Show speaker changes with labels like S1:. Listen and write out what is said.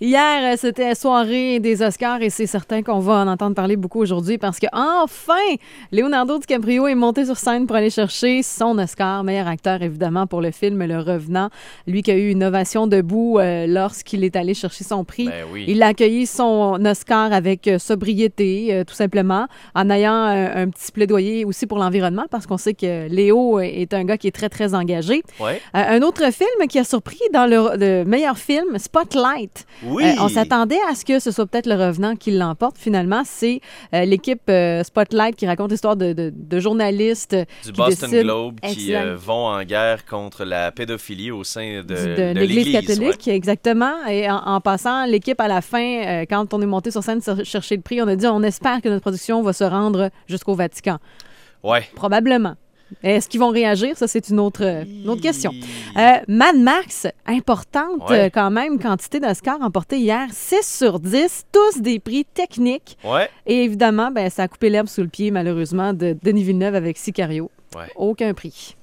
S1: Hier, euh, c'était soirée des Oscars et c'est certain qu'on va en entendre parler beaucoup aujourd'hui parce que enfin, Leonardo DiCaprio est monté sur scène pour aller chercher son Oscar, meilleur acteur évidemment pour le film Le Revenant. Lui qui a eu une ovation debout euh, lorsqu'il est allé chercher son prix.
S2: Ben oui.
S1: Il a accueilli son Oscar avec euh, sobriété, euh, tout simplement, en ayant euh, un petit plaidoyer aussi pour l'environnement, parce qu'on sait que Léo est un gars qui est très, très engagé.
S2: Ouais.
S1: Euh, un autre film qui a surpris dans le, le meilleur film, Spotlight.
S2: Oui.
S1: Euh, on s'attendait à ce que ce soit peut-être le revenant qui l'emporte. Finalement, c'est euh, l'équipe euh, Spotlight qui raconte l'histoire de, de, de euh, journalistes qui
S2: du Boston
S1: décide-
S2: Globe qui
S1: Excellent.
S2: euh, vont en guerre contre la pédophilie au sein de,
S1: du- de, l'Église catholique, exactement. Et en, en passant, l'équipe à la fin, euh, quand on est monté sur scène cer- chercher le prix, on a dit on espère que notre production va se rendre jusqu'au Vatican.
S2: Ouais. Ouais.
S1: Probablement. Est-ce qu'ils vont réagir? Ça, c'est une autre, euh, une autre question. Euh, Mad Max, importante
S2: Ouais.
S1: euh, quand même, quantité d'Oscars emportés hier, 6 sur 10, tous des prix techniques.
S2: Ouais.
S1: Et évidemment, ben, ça a coupé l'herbe sous le pied, malheureusement, de Denis Villeneuve avec Sicario.
S2: Ouais.
S1: Aucun prix.